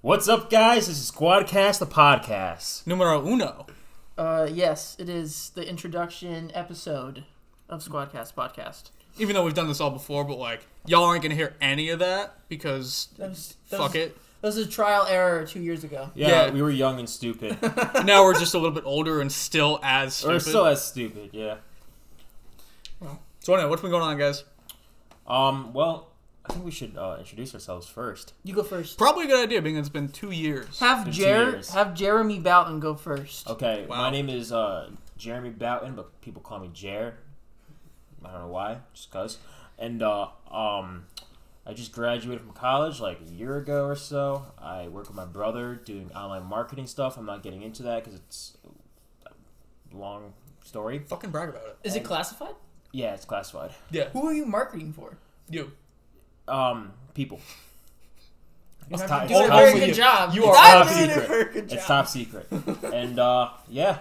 What's up, guys? This is Squadcast, the podcast. Numero uno. Uh, yes, it is the introduction episode of Squadcast podcast. Even though we've done this all before, but like y'all aren't gonna hear any of that because That was, that fuck was, it. That was a trial error two years ago. Yeah, Yeah. we were young and stupid. now we're just a little bit older and still as or stupid. still as stupid, yeah. so anyway, what's been going on, guys? Um, well, I think we should uh, introduce ourselves first. You go first. Probably a good idea, being it's been two years. Have Been two Jer- years. have Jeremy Boughton go first. Okay, my Wow. name is uh, Jeremy Boughton, but people call me Jer. I don't know why, just cuz. And uh, um, I just graduated from college like a year ago or so. I work with my brother doing online marketing stuff. I'm not getting into that because it's a long story. Fucking brag about it. Is it classified? Yeah, it's classified. Yeah. Who are you marketing for? You. Um, people. It's You're top, not it's doing a top very for good you. job. You are You're not top doing a secret. very good It's job. top secret. and uh, yeah,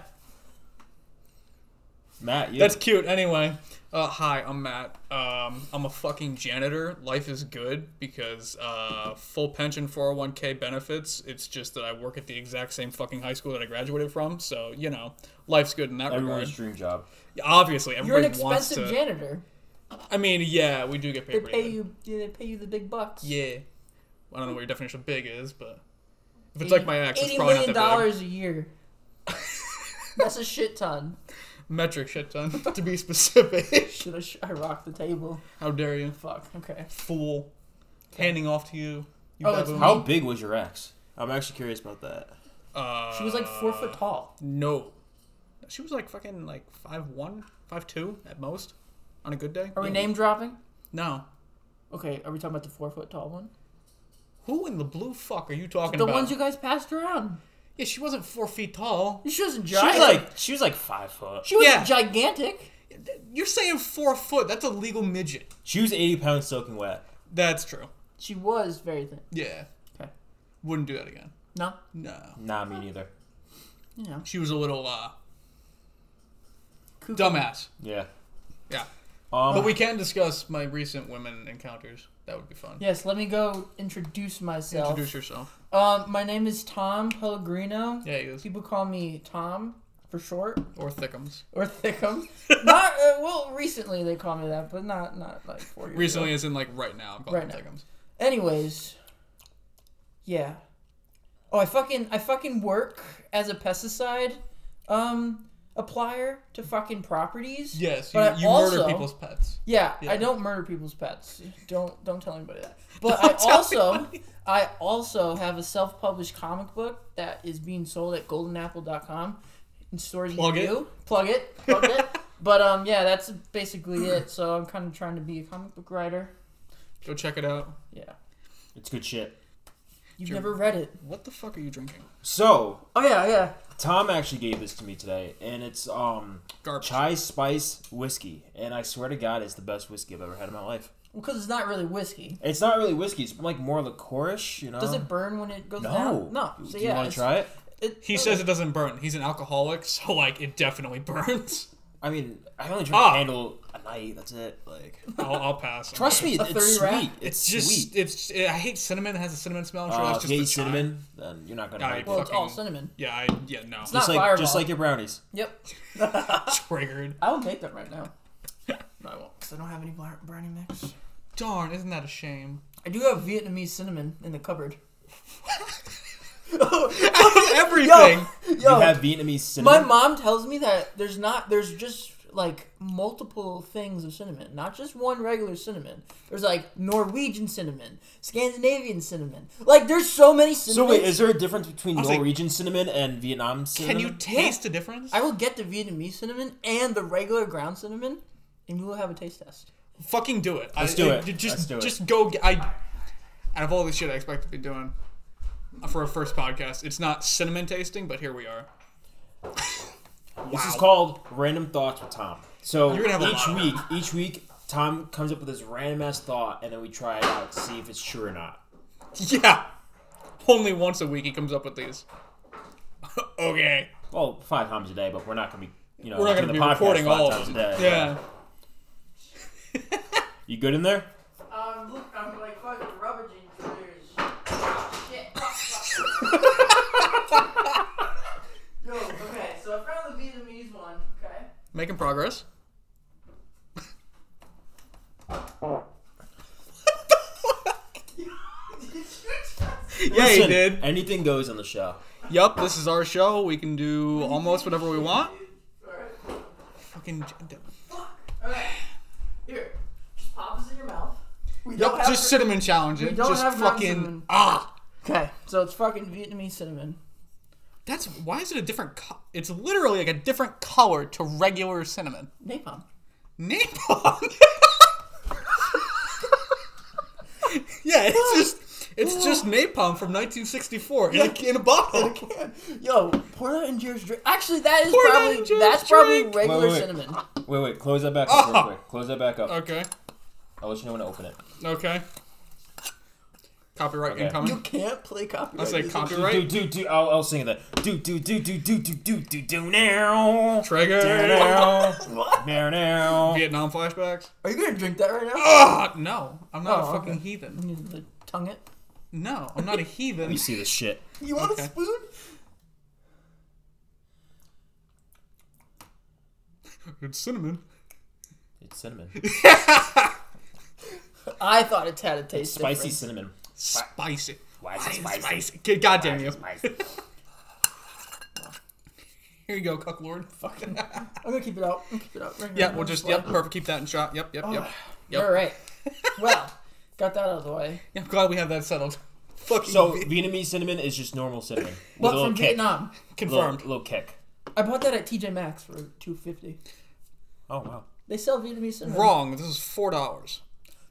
Matt, you. That's cute. Anyway, uh, hi, I'm Matt. Um, I'm a fucking janitor. Life is good because uh, full pension, 401k benefits. It's just that I work at the exact same fucking high school that I graduated from. So you know, life's good in that everyone's dream regard. job. Obviously, You're everybody an wants expensive to. janitor. I mean, yeah, we do get They paid. pretty pay good. you. yeah, They pay you the big bucks. Yeah. I don't know what your definition of big is, but if it's Eighty- like my ex, it's Eighty probably million not that big. dollars a year. That's a shit ton. Metric shit ton, to be specific. Should I, sh- I rock the table? How dare you? Fuck. Okay. Fool. Handing off to you. you Oh, it's baboon. How big was your ex? I'm actually curious about that. Uh, She was like four foot tall. No. She was like fucking like five one, five two at most on a good day. Are we name dropping? No. Okay. Are we talking about the four foot tall one? Who in the blue fuck are you talking The about? ones you guys passed around. Yeah, she wasn't four feet tall. She wasn't She was giant. like, she was like five foot. she was Yeah. gigantic. You're saying four foot. That's a legal midget. She was 80 pounds soaking wet. That's true. She was very thin. Yeah. Okay. Wouldn't do that again. No, No. Nah, me neither. you know, She was a little uh, kooky. dumbass. Yeah. Yeah. Um, Oh, But we can discuss my recent women encounters. That would be fun. Yes, let me go introduce myself. Introduce yourself. Um, my name is Tom Pellegrino. Yeah, he is. People call me Tom for short, Or Thickums. or Thickum. not uh, well, recently they call me that, but not not like four years Recently, ago. as in like right now, I'm calling Right him now. Thickums. Anyways, yeah. Oh, I fucking I fucking work as a pesticide um applier to fucking properties. Yes, you, But I you murder also- people's pets. Yeah, Yeah. I don't murder people's pets. Don't don't tell anybody that. But I also I also have a self-published comic book that is being sold at goldenapple.com in stores Plug you it. do. Plug it. Plug it. But um yeah, that's basically it. So I'm kind of trying to be a comic book writer. Go check it out. Yeah. it's good shit. You've Sure. never read it. What the fuck are you drinking? So Oh yeah, yeah. Tom actually gave this to me today, and it's um Garbage. chai spice whiskey, and I swear to God, it's the best whiskey I've ever had in my life. Because it's not really whiskey. It's not really whiskey. It's like more liquorice, you know. Does it burn when it goes No. down? No. So Do yeah. you want it's- to try it? it- He says it doesn't burn. He's an alcoholic, so like it definitely burns. I mean, I only drink Ah. a handle a night. That's it. Like, I'll, I'll pass. on trust that. me, A it's 30 rack? sweet. It's, It's just sweet. it's. I hate cinnamon. It has a cinnamon smell. I'm sure Uh, that's if just you the hate chai. cinnamon, then you're not gonna I- like it. Well, it's all fucking- cinnamon. Yeah, I yeah no. not Just like just Fireball. like your brownies. Yep. Triggered. I will make them right now. No, I won't, because I don't have any bar- brownie mix. Darn, isn't that a shame? I do have Vietnamese cinnamon in the cupboard. Everything. Yo, you have Vietnamese cinnamon. my mom tells me that there's not, there's just like multiple things of cinnamon, not just one regular cinnamon. There's like Norwegian cinnamon, Scandinavian cinnamon. Like there's so many so cinnamon. wait, is there a difference between was like- Norwegian cinnamon and Vietnam cinnamon? Can you taste the difference? I will get the Vietnamese cinnamon and the regular ground cinnamon, and we will have a taste test. Fucking do it. Let's I, do I- it. Just, Let's do it. just go. Get, I out of all this shit I expect to be doing uh, for a first podcast, it's not cinnamon tasting, but here we are. This is Wow. called Random Thoughts with Tom. So You're gonna have a each lot of week, each week, Tom comes up with this random ass thought, and then we try it out to see if it's true or not. Yeah. Only once a week he comes up with these. okay. Well, Oh, five times a day, but we're not gonna be, you know, We're not doing going to be the podcast recording five all times of a them. day. Yeah. You good in there? Um, look, I'm like fucking rubbaging. Shit. making progress. yeah, he Listen, did. Anything goes on the show. Yup, this is our show. We can do almost whatever we want. Fucking. j- Here, just pop this in your mouth. We Yup, just cinnamon challenge it. we don't Just have ground fucking. cinnamon. Ah! okay. So it's fucking Vietnamese cinnamon. That's. Why is it a different. Co- it's literally like a different color to regular cinnamon. Napalm. napalm. yeah, it's just it's just napalm from 1964 in, a, in a bottle. Yo, pour that in Jared's drink. Actually, that is Pour that in probably Jared's that's drink. probably regular Wait, wait, wait. cinnamon. Wait, wait. Close that back up real Oh. quick. Close that back up. Okay, I'll let you know when to open it. okay. Copyright Okay. incoming. You can't play copyright. I say music. copyright. Do do do. I'll, I'll sing that. Do do do do do do do do do now. Trigger. Now What? now now. Vietnam flashbacks. Are you gonna drink that right now? Ah, no, I'm not Oh, a fucking okay. heathen. You need to tongue it. No, I'm not a You heathen. see this shit. You want Okay. a spoon? It's cinnamon. It's cinnamon. I thought it had a taste. Spicy difference. cinnamon. Spicy. Why is it Spicy. spicy? Kid, Goddamn you. Spicy. Here you go, cuck lord. Fucking. I'm gonna keep it out. I'm gonna keep it out. Bring it yeah, out. we'll just yep. Perfect. Keep that in shot. Yep, yep, yep. Yep. All right. Well, got that out of the way. Yeah, I'm glad we have that settled. Fucking. So Viet- Vietnamese cinnamon is just normal cinnamon. with But a little from kick. Vietnam, Little, confirmed. little kick. I bought that at TJ Maxx for two fifty. Oh wow. They sell Vietnamese cinnamon. Wrong. This is four dollars.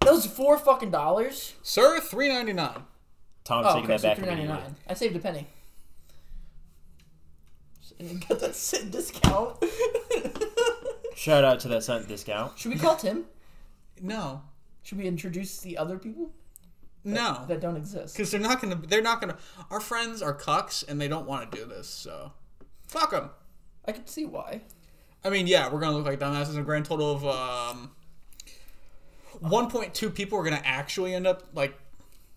Those four fucking dollars. Sir, three ninety nine. Tom's Oh, taking okay, that so back. three ninety immediately. nine. I saved a penny. And you got that cent discount. Shout out to that scent discount. Should we call Tim? No, Should we introduce the other people no, that don't exist? because they're not gonna. They're not gonna. Our friends are cucks, and they don't want to do this. So, fuck them. I can see why. I mean, yeah, we're gonna look like dumbasses. A grand total of um, one point two people are gonna actually end up like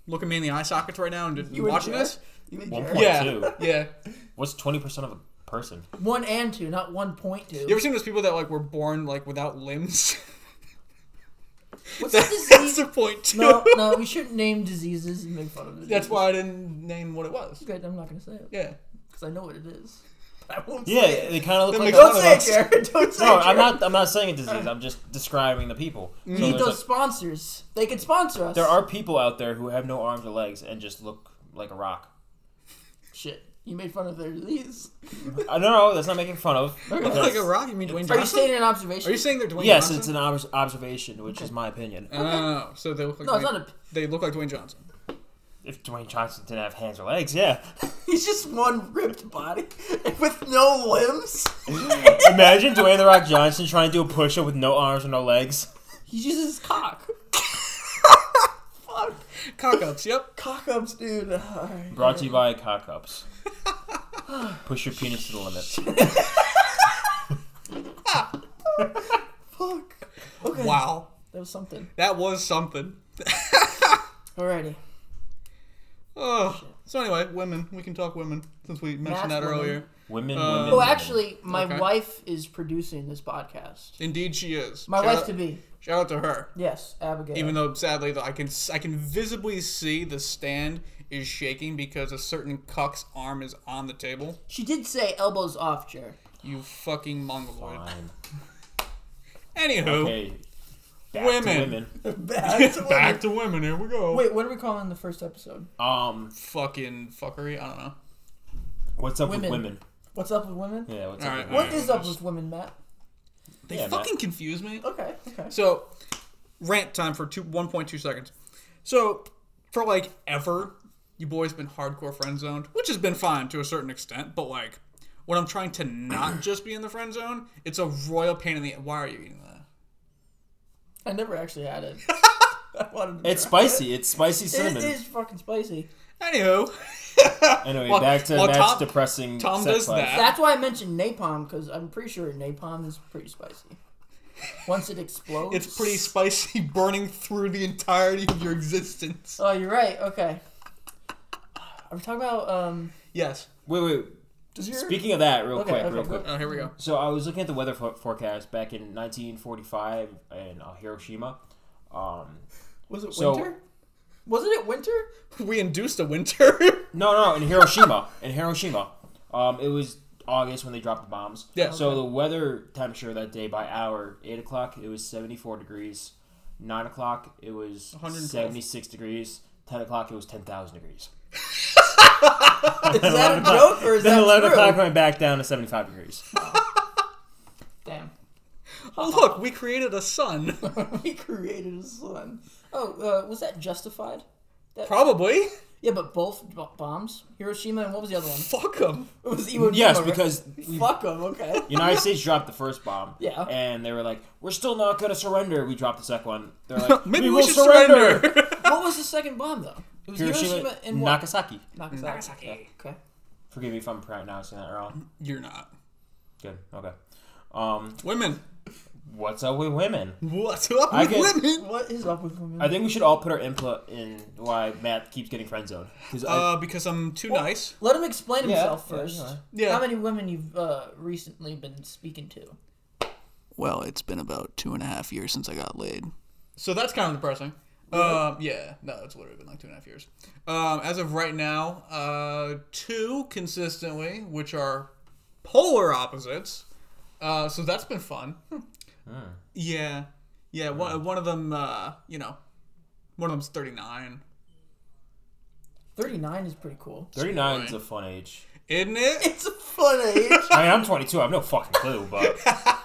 looking me in the eye sockets right now and just and watching Jared? this. You and One Jared? point Yeah, two. yeah. What's twenty percent of a person? One and two, not one point two. You ever seen those people that like were born like without limbs? What's the That's disease? the point too. no, no, we shouldn't name diseases and make fun of it. That's why I didn't name what it was. Good, I'm not gonna say it Yeah. because I know what it is. But I won't say Yeah, it. they kind of look That like. makes us. Don't fun of say it, us. Jared. Don't say No, it. Jared. I'm not. I'm not saying a disease. I'm just describing the people. So We need there's, those like- sponsors. They could sponsor us. there are people out there who have no arms or legs and just look like a rock. shit. You made fun of their disease. I don't know. That's not making fun of. but Look that's- like a rock. You mean Dwayne Are you Johnson? stating an observation? Are you saying they're Dwayne Yes, Johnson? it's an ob- observation, which is my opinion. Oh, so they look like No, it's Dwayne- not a- they look like Dwayne Johnson. If Dwayne Johnson didn't have hands or legs, yeah. He's just one ripped body with no limbs. Imagine Dwayne the Rock Johnson trying to do a push-up with no arms or no legs. He uses his cock. Fuck. Cock ups. Yep. Cock ups, dude. Alright. Brought to you by cock ups. Push your penis to the limit. Fuck. Okay. Wow, That was something. that was something. Alrighty. Oh. So anyway, women. We can talk women since we mentioned that Math women. earlier. Women, women. Uh, Oh, women. actually, my Okay. wife is producing this podcast. Indeed, she is. My shout wife out, to be. Shout out to her. Yes, Abigail. Even though sadly, though, I can s- I can visibly see the stand is shaking because a certain cuck's arm is on the table. she did say elbows off, Jared. You fucking mongoloid. Fine. Anywho, Okay. Back Women. To women. Back back to women. Here we go. Wait, what are we calling the first episode? Um, Fucking fuckery. I don't know. what's up Women. with women? What's up with women? Yeah, what's All up right, with all women? What is up with women, Matt? They Yeah, Matt. fucking confuse me. Okay, okay. So, rant time for two, 1.2 seconds. So, for like ever, you boys been hardcore friend zoned, which has been fine to a certain extent, but like when I'm trying to not just be in the friend zone, it's a royal pain in the Why are you eating that? I never actually had it. I wanted to It's try spicy. It's spicy It cinnamon. It is fucking spicy. Anywho, Anyway, Well- back to well, Matt's Tom- depressing. Tom sex does life. that. That's why I mentioned napalm because I'm pretty sure napalm is pretty spicy. Once it explodes, it's pretty spicy, burning through the entirety of your existence. Oh, you're right. Okay. Are we talking about um? Yes. Wait, wait. Does your Speaking of that, real Okay, quick, okay, real go quick. Oh, here we go. So I was looking at the weather fo- forecast back in 1945 in uh, Hiroshima. Um, was it So- winter? Wasn't it winter? We induced a winter. no, no, in Hiroshima, in Hiroshima, um, it was August when they dropped the bombs. Yeah. So the weather temperature that day by hour, eight o'clock, it was 74 degrees. Nine o'clock, it was 112. 76 degrees. Ten o'clock, it was 10,000 degrees. Is that a joke or is Then that 11 true? o'clock went back down to 75 degrees. Damn. oh, look, we created a sun. we created a sun. Oh, uh, was that justified? Probably. Yeah, but both b- bombs, Hiroshima and what was the other one? Fuck them. It was Iwo Jima. yes, right? because we fuck them. Okay. United States dropped the first bomb. Yeah. And they were like, we're still not going to surrender. We dropped the second one. They're like, Maybe we, we, will should surrender. surrender. what was the second bomb though? It was Hiroshima, Hiroshima, and what? Nagasaki. Nagasaki. Nagasaki. Okay. Forgive me if I'm pronouncing that wrong. You're not. Good. Okay. Um, Women. what's up with women? What's up I with get- women? What is up with women? I think we should all put our input in why Matt keeps getting friend zoned. Because Uh, because I'm too nice. Let him explain Yeah, himself yeah, first. yeah. Yeah. How many women you've uh, recently been speaking to? Well, it's been about two and a half years since I got laid. So that's kind of depressing. Um, yeah, no, it's literally been like two and a half years. Um, as of right now, uh, two consistently, which are polar opposites. Uh, so that's been fun. Hmm. Yeah, yeah. Hmm. One, one of them, uh, you know, one of them's thirty nine, Thirty nine is pretty cool. 39 is a fun age. isn't it? It's a fun age. I mean, I'm 22. I have no fucking clue, but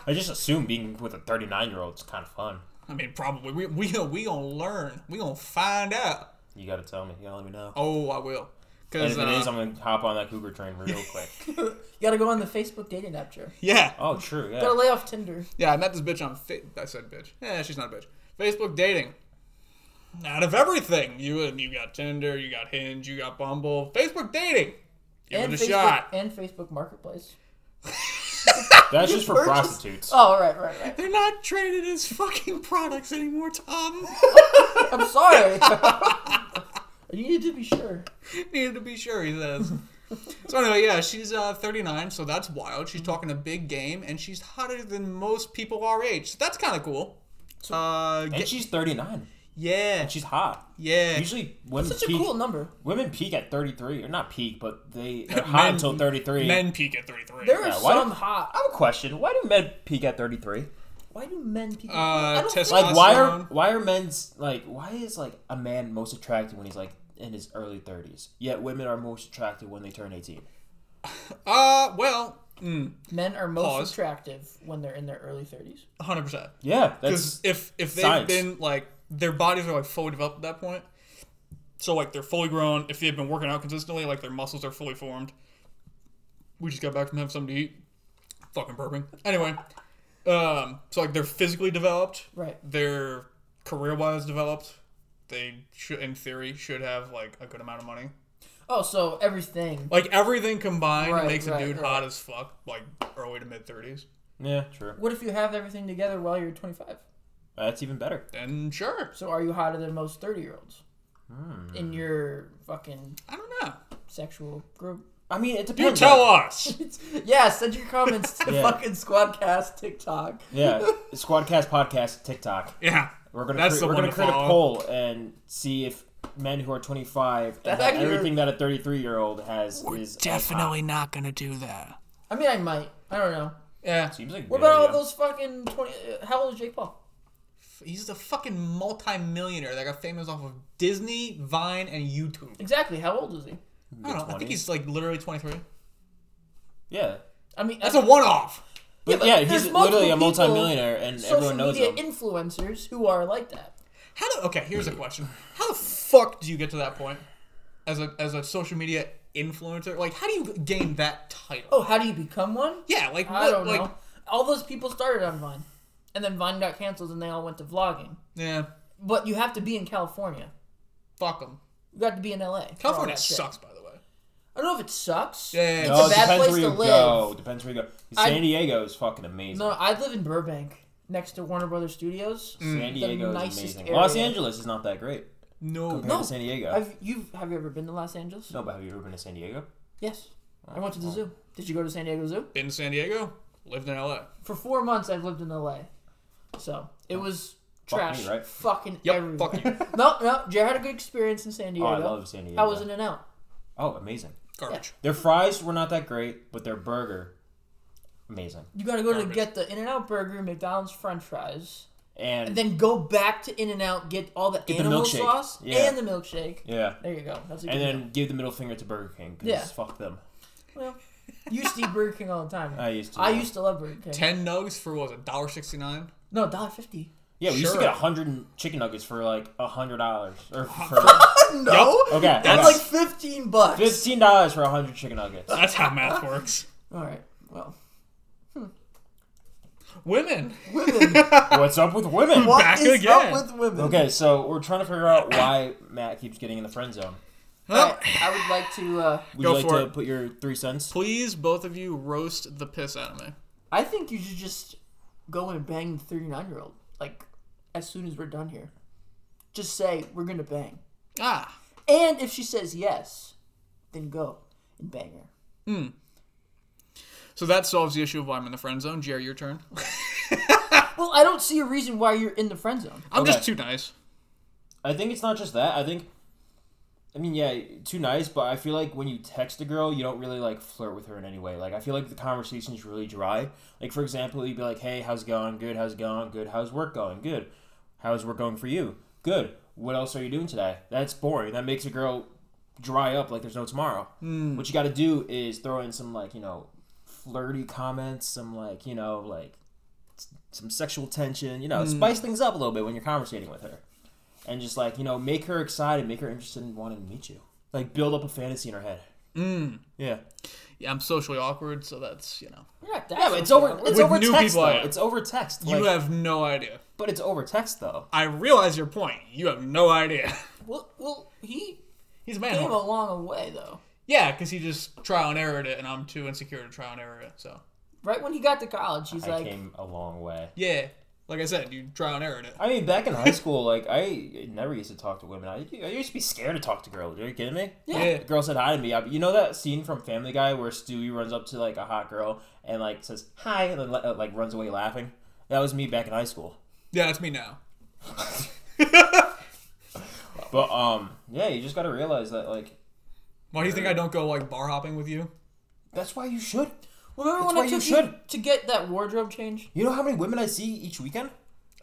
I just assume being with a 39 year old is kind of fun. I mean, probably. We we we gonna learn. We gonna find out. You gotta tell me. You gotta let me know. Oh, I will. And Cause if it is, uh, I'm gonna hop on that cougar train real quick. you gotta go on the Facebook dating app, Jer. yeah, Oh, true. Yeah. Gotta lay off Tinder. Yeah, I met this bitch on. Fa- I said bitch. Yeah, she's not a bitch. Facebook dating. Out of everything, you you got Tinder, you got Hinge, you got Bumble, Facebook dating. Give and it a Facebook, shot. And Facebook Marketplace. That's just for Purchase- prostitutes. Oh, right, right, right. They're not traded as fucking products anymore, Tom. I'm sorry. I needed to be sure. Needed to be sure, he says. so anyway, yeah, she's uh, 39, so that's wild. Mm-hmm. She's talking a big game, and she's hotter than most people our age. So that's kind of cool. Uh, And get, she's 39. yeah, She's hot. yeah. Usually women Such a peak, cool number. women peak at 33, or not peak, but they are hot Men- until 33. Men peak at Uh, 33. There are Yeah, why some do- hot. I have a question. Why do men peak at 33? Why do men people? Uh, I don't think- test- Like why are Testosterone. why are men's like why is like a man most attractive when he's like in his early 30s? Yet women are most attractive when they turn 18. Uh, well, mm, men are most Pause. attractive when they're in their early thirties. 100%. Yeah, Because that's if if they've science. been like their bodies are like fully developed at that point, so like they're fully grown. If they've been working out consistently, like their muscles are fully formed. We just got back from having something to eat. Fucking burping. Anyway, um, so like they're physically developed. Right. They're career wise developed. They should, in theory, should have like a good amount of money. Oh, so everything. Like everything combined Right, makes right, a dude right. hot as fuck. Like early to mid thirties. yeah, true. What if you have everything together while you're 25? That's even better. Then sure. So are you hotter than most 30 year olds in your fucking I don't know. sexual group? I mean, it You depends. tell like- us. yeah, send your comments to Yeah. fucking Squadcast TikTok. Yeah, Squadcast podcast TikTok. Yeah. We're gonna That's cre- the we're one gonna to create a follow. poll and see if men who are 25 and That's have actually- everything that a 33 year old has We're is definitely not gonna do that. I mean, I might. I don't know. Yeah. Seems like a What good about all idea. those fucking 20? Uh, how old is Jake Paul? He's the fucking multi-millionaire that got famous off of Disney, Vine, and YouTube. Exactly. How old is he? I don't know. I think he's like literally 23. Yeah, I mean, That's a one-off. but but yeah, there's he's literally a multiple people- multimillionaire, and social everyone knows media him. influencers who are like that. How do? Okay, here's a question. How the fuck do you get to that point as a as a social media influencer? Like, how do you gain that title? Oh, how do you become one? Yeah, like what? I don't like, know. All those people started on Vine, and then Vine got canceled, and they all went to vlogging. yeah, But you have to be in California. fuck them. You got to be in LA. for all California that shit. sucks, by the way. I don't know if it sucks. Yeah, yeah, it's yeah. No, a it bad depends place where to you live. go. Depends where you go. I- San Diego is fucking amazing. No, I live in Burbank, next to Warner Brothers Studios. San Diego is nicest amazing. area. Los Angeles is not that great No, compared to San Diego. Have you have you ever been to Los Angeles? No, but have you ever been to San Diego? Yes. I went to the zoo. Did you go to San Diego Zoo? Been to San Diego, lived in LA. For four months, I've lived in LA, so it was Fuck me, trash. right? Fucking Yep, everywhere. fuck you. no, no. Jared had a good experience in San Oh, Diego. I love San Diego. I was in and out. oh, amazing. Garbage. Their fries were not that great, but their burger, amazing. You gotta go to Garbage. get the In and Out burger, McDonald's French fries, And, and then go back to In and Out, get all the the animal milkshake. sauce Yeah. and the milkshake. yeah, There you go. That's a good and then give the middle finger to Burger King because Yeah. fuck them. Well, you used to eat Burger King all the time. I used to. I yeah. used to love Burger King. Ten nugs for what was it, dollar sixty nine? No, dollar fifty. Yeah, we used to Sure. get a hundred chicken nuggets for like a hundred dollars or for No, okay, that's okay. like fifteen bucks. fifteen dollars for a hundred chicken nuggets. That's how math works. All right. Well, Women. women. What's up with women? What Back is again. up with women? Okay, so we're trying to figure out why Matt keeps getting in the friend zone. All right, I would like to. Uh, Would Go you like for to it. put your three cents? Please, both of you, roast the piss out of me. I think you should just go and bang the thirty-nine-year-old. Like as soon as we're done here, just say we're gonna bang. Ah. And if she says yes, then go and bang her. So that solves the issue of why I'm in the friend zone. Jerry, your turn. Well, I don't see a reason why you're in the friend zone. I'm just Okay. too nice. I think it's not just that. I think, I mean, yeah, too nice, but I feel like when you text a girl, you don't really like flirt with her in any way. Like, I feel like the conversation's really dry. Like, for example, you'd be like, hey, how's it going? Good. How's it going? Good. How's work going? Good. How's work going for you? Good. What else are you doing today? That's boring. That makes a girl dry up like there's no tomorrow. What you got to do is throw in some, like, you know, flirty comments, some, like, you know, like, s- some sexual tension, you know, spice things up a little bit when you're conversating with her and just like you know make her excited make her interested in wanting to meet you like build up a fantasy in her head mm. yeah Yeah, I'm socially awkward, so that's you know. You're not that yeah but it's social. over it's With over new text people, though I am. it's over text You like, have no idea. but it's over text though I realize your point. You have no idea. Well, well, he He's a came man. a long way though. Yeah, because he just trial and errored it, and I'm too insecure to trial and error it. So Right when he got to college, he's i like, came a long way yeah, like I said, you trial and errored it. i mean back in high school like i never used to talk to women i, I used to be scared to talk to girls are you kidding me Yeah. The girl said hi to me I, you know that scene from family guy where stewie runs up to like a hot girl and like says hi and then like, uh, like runs away laughing that was me back in high school Yeah, that's me now. but um yeah you just gotta realize that like Why do you think I don't go like bar hopping with you? that's why you should "Remember when why I you took you, should. to get that wardrobe change? You know how many women I see each weekend?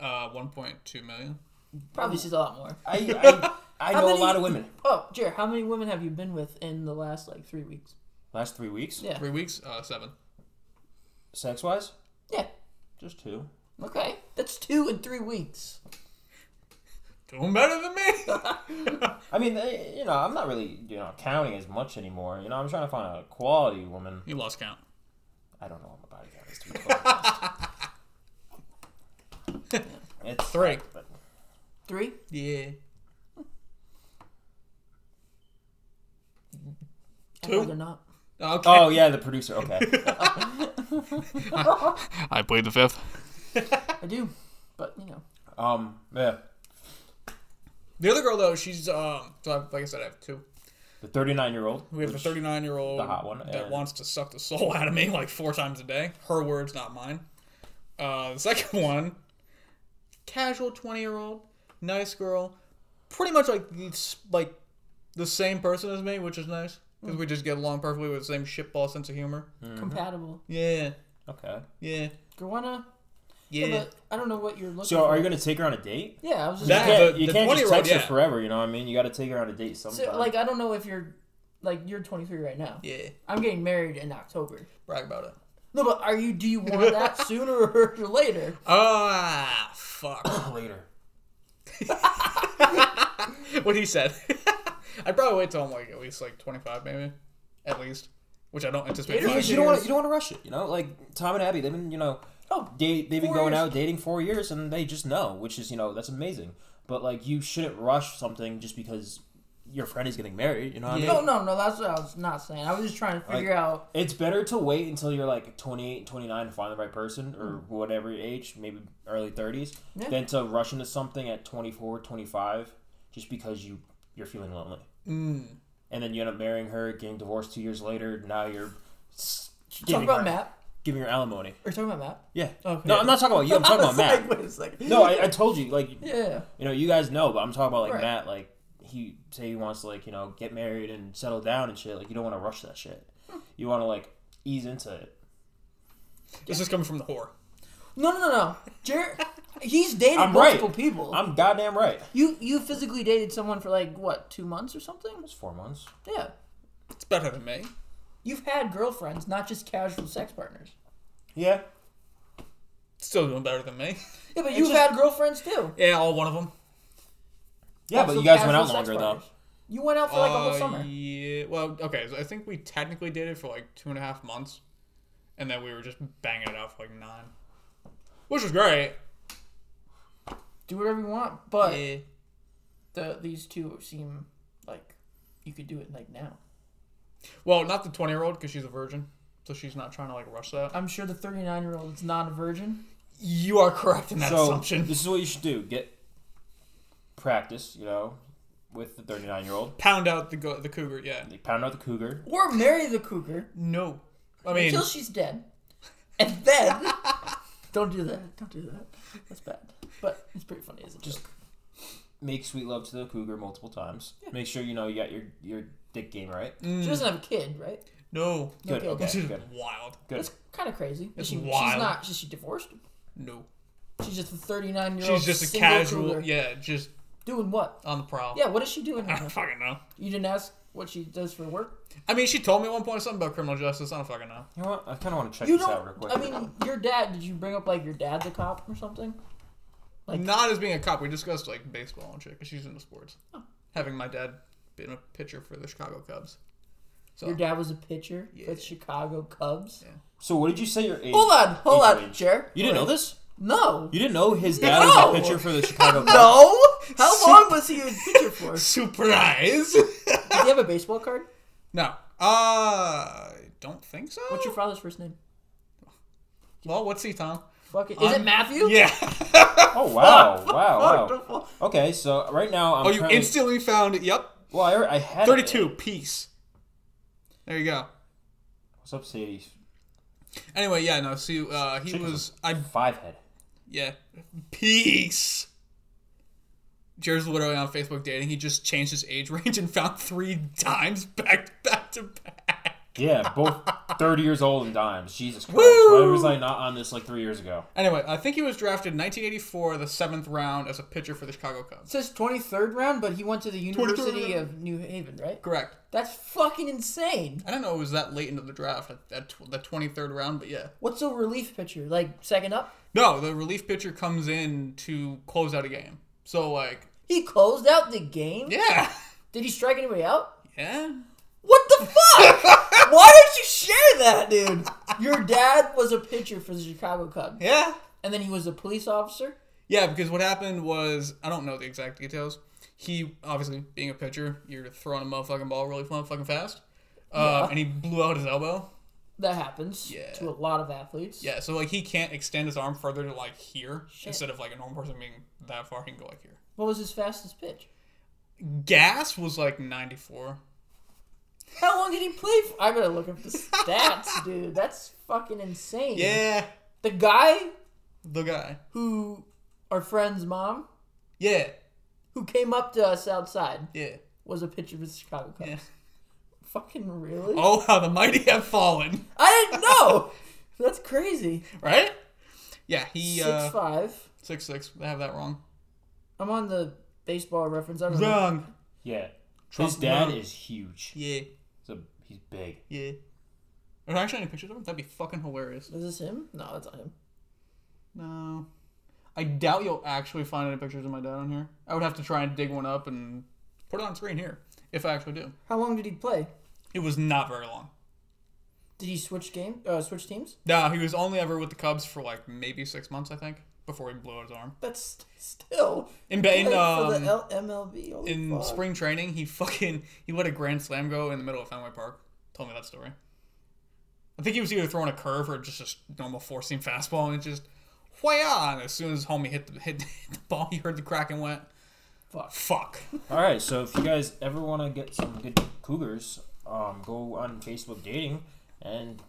Uh, 1.2 million. Probably sees a lot more." I Oh. I, I How know many- a lot of women. Oh, Jer, how many women have you been with in the last like three weeks? Last three weeks, Yeah. Three weeks. Uh, seven. sex wise, Yeah. just two. Okay. That's two in three weeks. Doing better than me. I mean, eh, you know, I'm not really you know counting as much anymore. You know, I'm trying to find a quality woman. you lost count. I don't know what my body count is to be quite honest. It's Three. but- Three? Yeah. I'd Two. rather not. Okay. Oh yeah, the producer. Okay, I played the fifth. I do. But you know. um, yeah, The other girl though, she's um. So I, like I said, I have two. the 39 year old. We have a 39 year old the hot one, that and- wants to suck the soul out of me like four times a day. Her words, not mine. Uh, the second one, casual 20 year old, nice girl, pretty much like the, s- like the same person as me, which is nice because we just get along perfectly with the same shitball sense of humor. Mm-hmm. Compatible. Yeah, Okay, yeah, Do you wanna yeah. but I don't know what you're looking so for. are you gonna take her on a date? Yeah, I was just You That- like, can't, the- you the can't just 20-year-old, text her yeah. forever. You know what I mean? You got to take her on a date sometime. so, like I don't know if you're like you're twenty three right now. yeah, I'm getting married in October. brag about it. No, but are you do you want that sooner or later? Ah, fuck. later. what he said. I'd probably wait till I'm like at least like 25, maybe, at least, which I don't anticipate. Later Yeah, finding. is you don't want years. to. You don't want to rush it. You know, like Tom and Abby, they've been you know, Oh, date, they've been four going years. out dating four years, and they just know, which is you know that's amazing. But like, you shouldn't rush something just because your friend is getting married. You know what I Yeah. mean? Oh, No, no, no, that's what I was not saying. I was just trying to figure out It's better to wait until you're like 28, 29 to find the right person or whatever age, maybe early 30s, Mm. Yeah. than to rush Mm. into something at 24, 25 just because you you're feeling lonely. and then you end up marrying her, getting divorced two years later. Now you're s- Talk giving about her, Map. giving her alimony. Are you talking about Map? Yeah. Okay. No, I'm not talking about you. I'm talking about Matt. Like, wait a second. No, I, I told you. Like, Yeah. you know, you guys know, but I'm talking about like Right. Matt. Like, he say he wants to like you know get married and settle down and shit. Like, you don't want to rush that shit. Hmm. You want to like ease into it. This is coming from the whore. No, no, no, no. Jared, he's dated I'm right. multiple people. I'm goddamn right. You you physically dated someone for like what two months or something? It's four months. Yeah. It's better than me. You've had girlfriends, not just casual sex partners. Yeah. Still doing better than me. Yeah, but you've had girlfriends too. Yeah, all one of them. Yeah, but Also you guys went casual out sex longer though. partners. You went out for like a whole Uh, summer. Yeah. Well, okay. So I think we technically dated for like two and a half months, and then we were just banging it out for like nine, which was great. Do whatever you want, but Yeah. the, these two seem like you could do it like now. Well, not the twenty-year-old because she's a virgin, so she's not trying to like rush that. I'm sure the 39 year old is not a virgin. You are correct in that so assumption. this is what you should do: get practice. You know, with the 39 year old, Pound out the go- the cougar. Yeah. pound out the cougar. Or marry the cougar No. I mean, until she's dead, and then don't do that. Don't do that. That's bad. But it's pretty funny as a Just- joke. Make sweet love to the cougar multiple times. Make sure you know you got your your dick game right. She doesn't have a kid, right? no. Good. Okay, Okay. Which is Good. wild. Good. That's kind of crazy. It's she, She's wild. not. She's she divorced. No. She's just a 39 year old. She's just a casual. Yeah, just Doing what? on the prowl. Yeah. What is she doing? I now? don't fucking know. You didn't ask what she does for work. I mean, she told me at one point something about criminal justice. I don't fucking know. You know what? I kind of want to check You this out real don't. quick. I mean, your dad. Did you bring up like your dad's a cop or something? Like- Not as being a cop. We discussed like baseball and shit because she's into sports. Oh. Having my dad been a pitcher for the Chicago Cubs. So Oh. Your dad was a pitcher for Yeah. the Chicago Cubs. Yeah. so what did you say your age? Hold on, hold Age on, range. Jer. You didn't know this? No. You didn't know his dad was a No. pitcher for the Chicago Cubs? No. How long was he a pitcher for? Did surprise. he have a baseball card? no, uh, I don't think so. What's your father's first name? well, what's he, Tom? Fuck it. Is it Um, Matthew? Yeah. Oh wow, wow, wow. Wonderful. Okay, so right now I'm. oh, you currently- instantly found it. Yep. Well, I, I had it. Thirty-two piece. There you go. What's up, Sadie? Anyway, yeah, no. See, uh, he Chicken's was. I Five head. Yeah. Peace. Jared's literally on Facebook dating. He just changed his age range and found three dimes back back to back. Yeah, both 30 years old and dimes. Jesus Christ. Woo! Why was I not on this like three years ago? Anyway, I think he was drafted in 1984, the seventh round, as a pitcher for the Chicago It Cubs. says 23rd round, but he went to the 23rd round. University of New Haven, right? Correct. That's fucking insane. I didn't know it was that late into the draft, at, at tw- the 23rd round, but yeah. What's a relief pitcher? Like second up? No, the relief pitcher comes in to close out a game. So, like, He closed out the game? yeah. Did he strike anybody out? Yeah. What the fuck? Why didn't you share that, dude? Your dad was a pitcher for the Chicago Cubs, Yeah. and then he was a police officer. Yeah, because what happened was I don't know the exact details. He obviously being a pitcher, you're throwing a motherfucking ball really fucking fast, uh, and he blew out his elbow. That happens Yeah. to a lot of athletes. Yeah, so like he can't extend his arm further to like here instead of like a normal person being that far. He can go like here. What was his fastest pitch? Gas was like 94. How long did he play for? I gotta look up the stats, dude. That's fucking insane. Yeah, The guy the guy. who our friend's mom Yeah, who came up to us outside yeah, was a pitcher for the Chicago Cubs. yeah. Fucking really? Oh, how the mighty have fallen, I didn't know. That's crazy. right? Yeah, he Six uh, five. six six. I have that wrong. I'm on the baseball reference. I don't know. Wrong. Yeah. Trump his dad won. is huge. Yeah, He's, a- he's big. yeah. Are there actually any pictures of him? That'd be fucking hilarious. Is this him? No, that's not him. No. I doubt you'll actually find any pictures of my dad on here. I would have to try and dig one up and put it on screen here, if I actually do. How long did he play? It was not very long. Did he switch game? Uh, switch teams? No, he was only ever with the Cubs for like maybe six months, I think, before he blew out his arm. That's st- still In ba- in, played for um, the L- MLB. Holy in fuck. spring training, he fucking he let a grand slam go in the middle of Fenway Park. Told me that story. I think he was either throwing a curve or just a normal four seam fastball, and it just whaya! And as soon as homie hit the hit the ball, he heard the crack and went, Fuck. Fuck. All right, so if you guys ever want to get some good cougars, um, go on Facebook dating and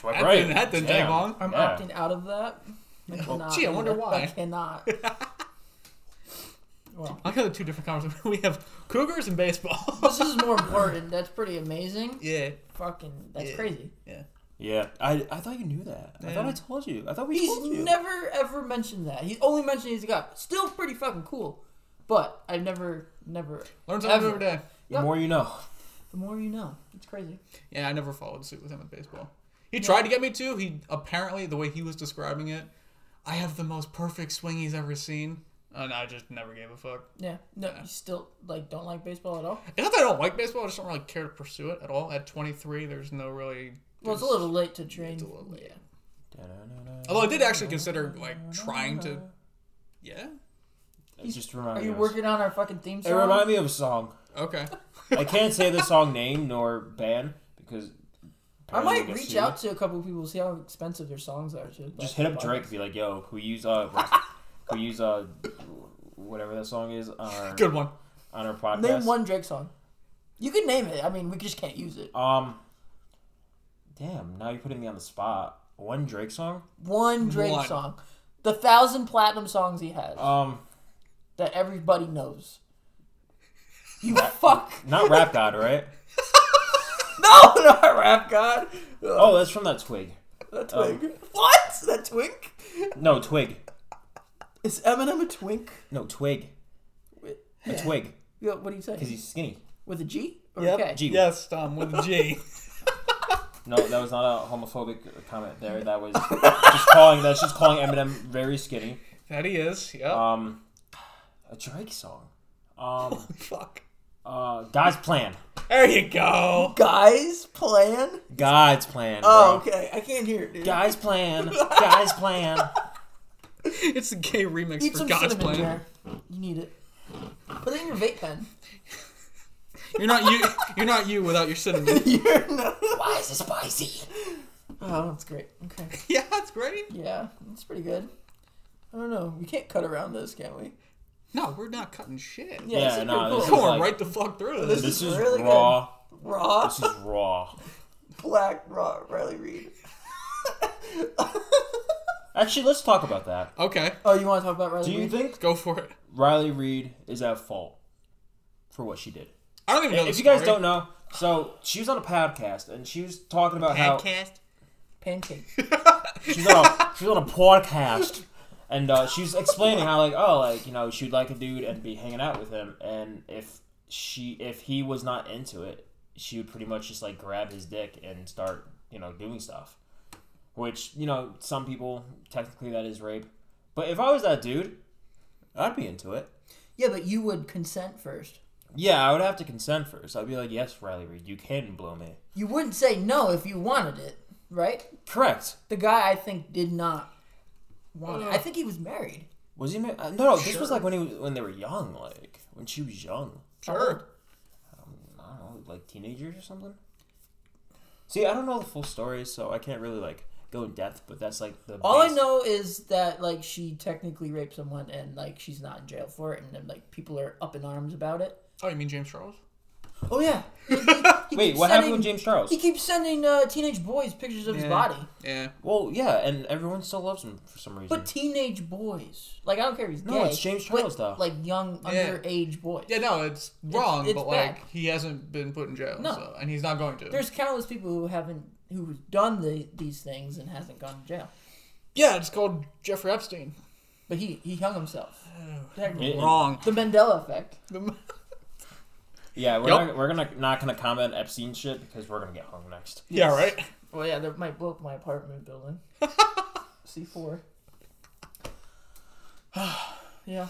swipe That right. didn't- that didn't Damn. take long. I'm Yeah. opting out of that. I cannot. Oh, gee, I wonder do that. why. I cannot. well, I got the two different conversations. We have cougars and baseball. this is more important. That's pretty amazing. yeah. Fucking, that's Yeah. crazy. Yeah, I, I thought you knew that. I thought Yeah. I told you. I thought we He's told you. never ever mentioned that. He's only mentioned he's a guy. Still pretty fucking cool. But I've never, never. Learn something new Ever. every day. the more you know. The more you know, it's crazy. Yeah, I never followed suit with him with baseball. He tried to get me to. He apparently, the way he was describing it, I have the most perfect swing he's ever seen, and Oh, I just never gave a fuck. Yeah. No, you still like don't like baseball at all. It's not that I don't like baseball. I just don't really care to pursue it at all. At 23, there's no really. Well, it's a little late to train. It's a little late. Yeah. Although I did actually consider like trying to. Yeah. It just reminded Are you me of- working on our fucking theme It song? reminded me of a song. Okay. I can't say the song name nor band because I might apparently we'll get reach sued. out to a couple people see how expensive their songs are. To Just hit up Drake and be like, "Yo, who use uh, Rock- who use uh, whatever that song is on our, Good one. on our Name podcast." one Drake song. You can name it. I mean, we just can't use it. Um, damn, now you're putting me on the spot. One Drake song. One Drake One. song. The thousand platinum songs he has Um, that everybody knows. You fuck. not Rap God, right? No, not Rap God. Oh, that's from that Twig. That twink. what? That twink? No, Twig. Is Eminem a twink? No, Twig. A Twig, Yeah, What do you say? because he's skinny. With a G? Or Yep. a K? G. Yes, Tom with a G. No, that was not a homophobic comment there. That was just calling. That's just calling Eminem very skinny. that he is. Yep. Um, a Drake song. Um, Fuck. uh, God's plan. There you go. Guys, plan? God's plan. Bro. Oh, okay. I can't hear it, dude. God's plan. God's plan. It's a gay remix Eat for some God's cinnamon, plan. Jar. You need it. Put it in your vape pen. You're not you. You're not you without your cinnamon. You're not. Why is it spicy? Oh, that's great. Okay. yeah, that's great. Yeah, that's pretty good. I don't know. We can't cut around this, can we? No, we're not cutting shit. Yeah, Yeah, this is no, pretty this Come cool. is on, like- right the fuck through This this. This is really raw. Raw, This is raw. black, raw Riley Reed. Actually, let's talk about that. Okay, Oh, you want to talk about Riley Do you Reed? think go for it. Riley Reed is at fault for what she did? I don't even know. If you guys don't know, so she was on a podcast and she was talking about how Pancake. she's on a, she's on a podcast and uh, she's explaining how like oh like you know she'd like a dude and be hanging out with him and if she if he was not into it she would pretty much just like grab his dick and start you know doing stuff which you know some people technically that is rape but if i was that dude i'd be into it yeah, but you would consent first. yeah i would have to consent first i'd be like yes riley reed you can blow me You wouldn't say no if you wanted it, right? correct The guy I think did not want it. I think he was married. was he ma- uh, no no this was like when he was when they were young like when she was young sure. I don't know, like teenagers or something. See, I don't know the full story, so I can't really like go in depth. But that's like the All I base- know is that like she technically raped someone and like she's not in jail for it and then like people are up in arms about it. Oh, you mean James Charles? Oh yeah. He- he- he Wait, keeps what happened sending- with James Charles? He keeps sending uh, teenage boys pictures of his Yeah. body. Yeah. Well, yeah, and everyone still loves him for some reason. But teenage boys, like I don't care if he's No, gay. it's James but, Charles, though. Like young Yeah. underage boys. Yeah. No, it's wrong, it's but like bad. he hasn't been put in jail, No. so, and he's not going to. There's countless people who haven't who's done the, these things and hasn't gone to jail. yeah, it's called Jeffrey Epstein. But he he hung himself. Technically. Yeah. Wrong. The Mandela effect. yeah, we're Yup. not, we're gonna not gonna comment Epstein shit because we're gonna get hung next. Yeah. Right. Well, yeah, that might blow up my apartment building. C four. yeah.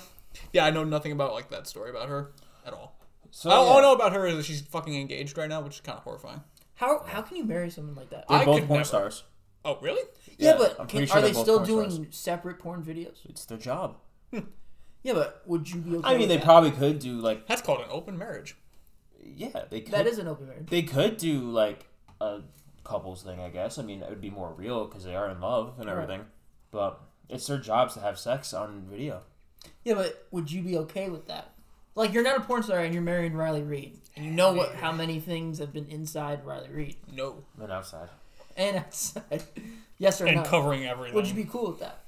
Yeah, I know nothing about like that story about her at all. So Oh, all, all I yeah, know about her is that she's fucking engaged right now, which is kind of horrifying. How how can you marry someone like that? they're I both could porn never. stars. Oh, really? yeah, yeah, I'm but pretty can, sure are they're they both still porn doing stars. separate porn videos? It's their job. Yeah, but would you be okay? I mean, with they that? probably could do like That's called an open marriage. yeah, they could. that is an open marriage. they could do like a couples thing, I guess. I mean, it would be more real because they are in love and everything. But it's their jobs to have sex on video. Yeah, but would you be okay with that? Like you're not a porn star and you're marrying Riley Reed, and you know what? How many things have been inside Riley Reed No. And outside. and outside? yes or And no? covering everything. Would you be cool with that?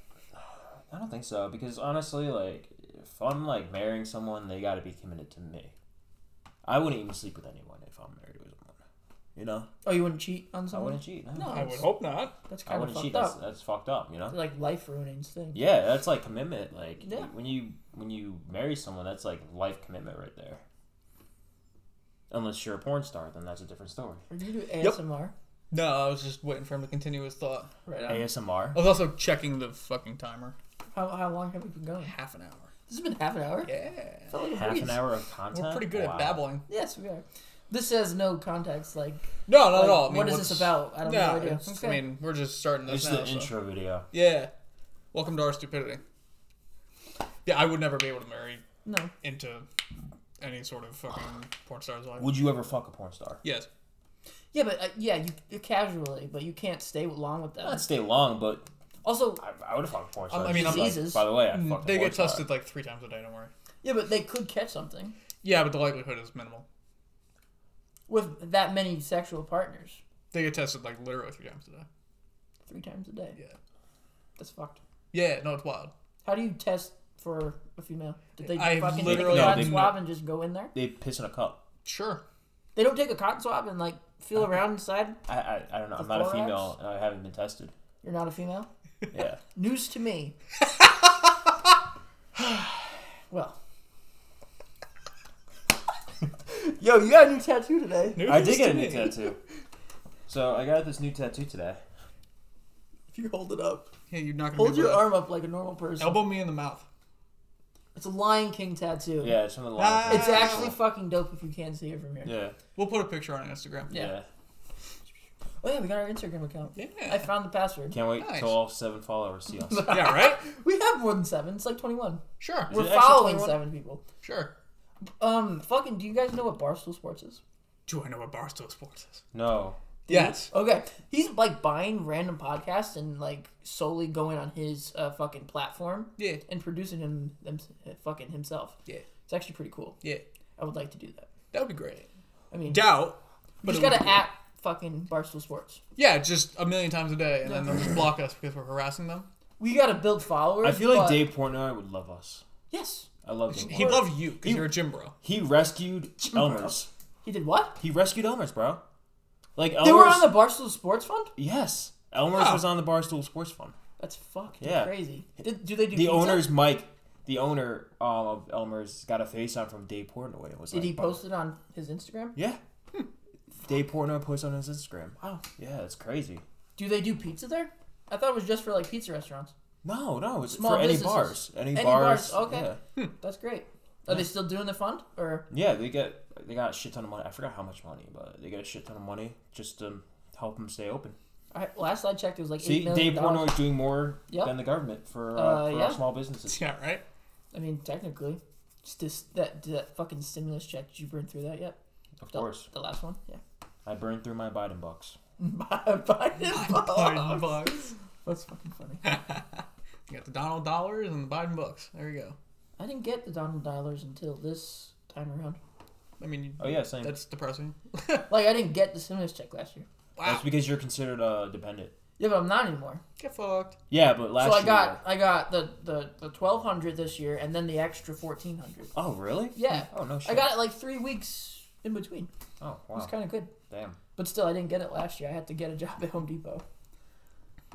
I don't think so because honestly, like, if I'm like marrying someone, they got to be committed to me. I wouldn't even sleep with anyone if I'm married with someone. You know, Oh, you wouldn't cheat on I Mm-hmm. someone? wouldn't cheat. No, No, I would hope not. That's I kind of wouldn't fucked cheat. That's up. that's fucked up. You know. Like life ruining thing. Yeah, that's like commitment. Like Yeah. when you when you marry someone, that's like life commitment right there. Unless you're a porn star, then that's a different story. Or you do ASMR? No, I was just waiting for him to continue his thought. Right on. ASMR. I was also checking the fucking timer. How, how long have we been going? Half an hour. This has been half an hour. Yeah. Felt like a Half breeze. an hour of content. We're pretty good Wow. at babbling. Yes, we are. This has no context. Like, No, not like, at all. I mean, what is what's- this about? I don't Nah, know. Idea. it's- Okay. I mean, we're just starting this It's now. the so- intro video. Yeah. Welcome to our stupidity. Yeah, I would never be able to marry no. into any sort of fucking porn star's life. Would you ever fuck a porn star? Yes. Yeah, but uh, yeah, you, you casually, but you can't stay long with them. Not stay long, but Also, I, I would have fucked a porn Um, star. I mean, I'm- Just like, by the way, I fucked. a Mm, They porn get star. tested like three times a day, don't worry. yeah, but they could catch something Yeah, but the likelihood is minimal. with that many sexual partners They get tested like literally three times a day. three times a day. Yeah. That's fucked. Yeah, no, it's wild. How do you test for a female? Did they I've fucking literally- take a No, cotton they- swab and just go in there? They piss in a cup. Sure. They don't take a cotton swab and like feel around inside. I I, I don't know. I'm The not a thorax? female, and I haven't been tested. You're not a female. Yeah. News to me. well. Yo, you got a new tattoo today. I did get a new tattoo. So I got this new tattoo today. If you hold it up, Yeah, you're not gonna hold be your able to- arm up like a normal person. Elbow me in the mouth. It's a Lion King tattoo. Yeah, it's from the Ah. line. It's actually fucking dope if you can see it from here. Yeah. We'll put a picture on Instagram. Yeah. Yeah. Oh yeah, we got our Instagram account. Yeah. I found the password. Can't wait Nice. till all seven followers see us. yeah, right? We have more than seven. It's like twenty-one. Sure. Is We're it actually following 21? seven people. Sure. Um, fucking. Do you guys know what Barstool Sports is? Do I know what Barstool Sports is? no. Yes. Okay, he's like buying random podcasts and like solely going on his uh, fucking platform Yeah. and producing him, them uh, fucking himself. Yeah. It's actually pretty cool. Yeah. I would like to do that. That would be great. I mean, Doubt. you just it would gotta be great. at fucking Barstool Sports. Yeah, just a million times a day, and then they'll just block us because we're harassing them. We gotta build followers. I feel like but- Dave Portnoy would love us. Yes, I love Dave. He Portnoy. loved you because He- you're a gym bro. He rescued Elmer's. he did what? He rescued Elmer's, bro. Like Elmer's. They were on the Barstool Sports Fund. Yes. Elmer's Wow. was on the Barstool Sports Fund. That's fucking Yeah. crazy. Did, do they do The pizza? owner's Mike, the owner um, of Elmer's, got a face on from Dave Portnoy. It was Did like, he post it on his Instagram? Yeah. Dave Portnoy posted on his Instagram. Wow. Yeah, it's crazy. Do they do pizza there? I thought it was just for like pizza restaurants. No, no, it's Small for any businesses. bars. Any, Any bars. bars, okay. Yeah. That's great. Are they still doing the fund or Yeah, they get they got a shit ton of money. I forgot how much money, but they get a shit ton of money just to help them stay open. I, last I checked it was like See, eight million Dave dollars. Portnoy is doing more Yep. than the government for, uh, Uh, for yeah. our small businesses. Yeah, right? I mean, technically, just this, that that fucking stimulus check. Did you burn through that yet? Of The- course, The last one, yeah. I burned through my Biden bucks. Biden Biden Biden. bucks. That's fucking funny. You got the Donald dollars and the Biden bucks. There you go. I didn't get the Donald dollars until this time around. I mean, you- Oh yeah, same. That's, that's depressing. Like I didn't get the stimulus check last year. Wow. because you're considered uh, dependent. Yeah, but I'm not anymore. Get fucked. Yeah, but last so I year. got I got the the the twelve hundred this year, and then the extra fourteen hundred. Oh really? Yeah, Oh no shit. I got it like three weeks in between. Oh It was wow. kind of good. Damn. But still, I didn't get it last year. I had to get a job at Home Depot,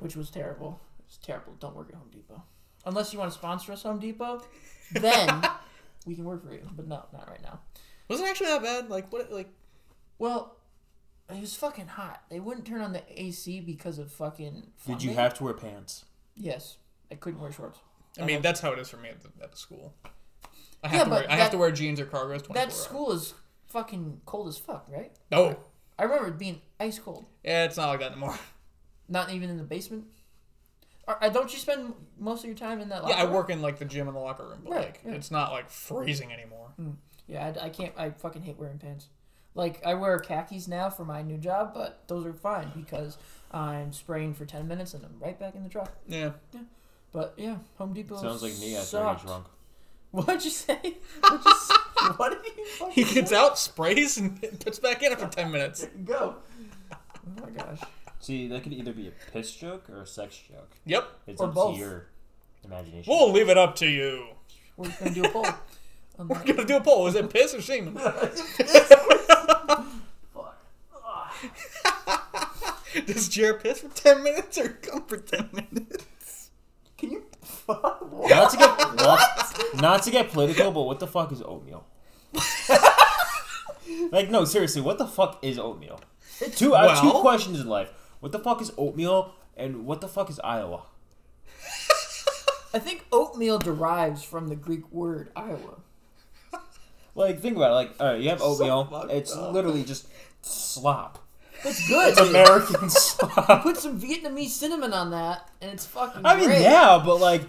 which was terrible. It's terrible. Don't work at Home Depot. Unless you want to sponsor us, Home Depot, then we can work for you. But no, not right now. Was it actually that bad? Like, what? Like, Well, it was fucking hot. They wouldn't turn on the AC because of fucking. Did you funding. have to wear pants? Yes, I couldn't wear shorts. I mean, that's how it is for me at the, at the school. I have Yeah, to but wear. I have that- to wear jeans or cargos. 24 That hours. school is fucking cold as fuck, right? No. I remember it being ice cold. Yeah, it's not like that anymore. Not even in the basement. Or, uh, don't you spend most of your time in that? Yeah, I locker room? work in like the gym and the locker room, but Right, like, yeah. Hmm. it's not like freezing anymore. Yeah, I, I can't. I fucking hate wearing pants. Like I wear khakis now for my new job, but those are fine because I'm spraying for ten minutes and I'm right back in the truck. Yeah. But yeah, Home Depot Sounds like me after I sucked. get drunk. What'd you say? What'd you say? what did you fucking He gets out, sprays, and puts back in after ten minutes. go? Oh my gosh. See, that could either be a piss joke or a sex joke. Yep. It's Or up both. to your imagination. We'll leave it up to you. We're gonna do a poll. on that. We're gonna do a poll. Is it piss or semen? Fuck. Does Jared piss for ten minutes or come for ten minutes? Can you? Fuck. What? Not to get not, not to get political, but what the fuck is oatmeal? like no, seriously, what the fuck is oatmeal? Two I have two Well- questions in life. What the fuck is oatmeal and what the fuck is Iowa? I think oatmeal derives from the Greek word Iowa. Like think about it, like alright, you have oatmeal. fucked it's up. literally just slop. That's good. dude. American slop. Put some Vietnamese cinnamon on that, and it's fucking I mean great. yeah, but like